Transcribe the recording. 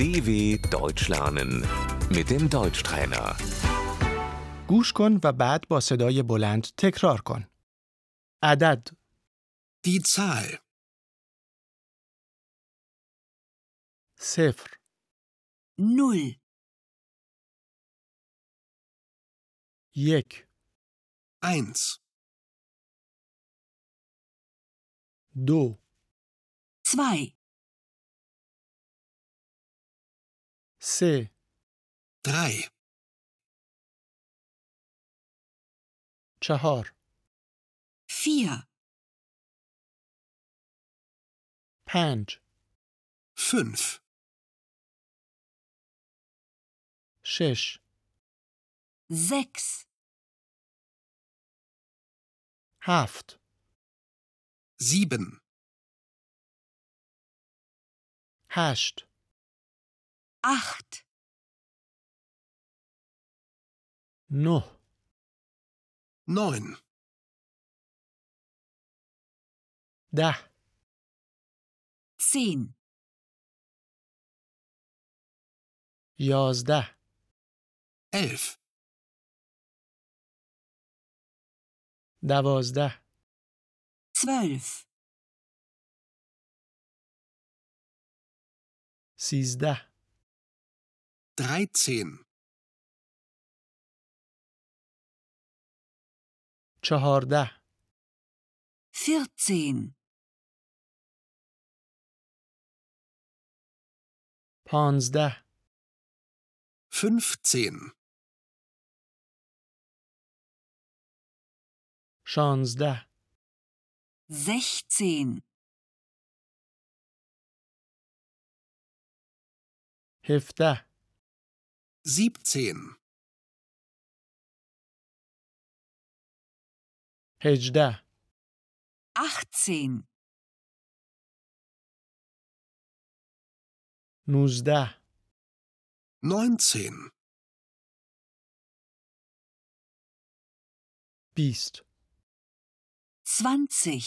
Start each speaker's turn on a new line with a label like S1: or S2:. S1: DW Deutsch lernen mit dem Deutschtrainer.
S2: گوش کن و بعد با صدای بلند تکرار کن. عدد
S3: Die Zahl
S2: صفر
S4: Null,
S2: یک
S3: 1,
S2: دو
S4: zwei,
S2: سه
S3: 3,
S2: چهار
S4: vier,
S2: پنج
S3: 5,
S2: شش
S4: sechs,
S2: هفت
S3: 7,
S2: هشت
S4: acht,
S2: نه
S3: 9,
S2: ده
S4: zehn,
S2: یازده
S3: 11,
S2: دوازده
S4: zwölf,
S2: سیزده
S3: 13,
S2: چهارده
S4: vierzehn,
S2: پانزده
S3: 15,
S2: شانزده
S4: sechzehn,
S2: هفته
S3: 17,
S2: هجده
S4: achtzehn,
S2: نوزده
S3: 19,
S2: بیست
S4: zwanzig.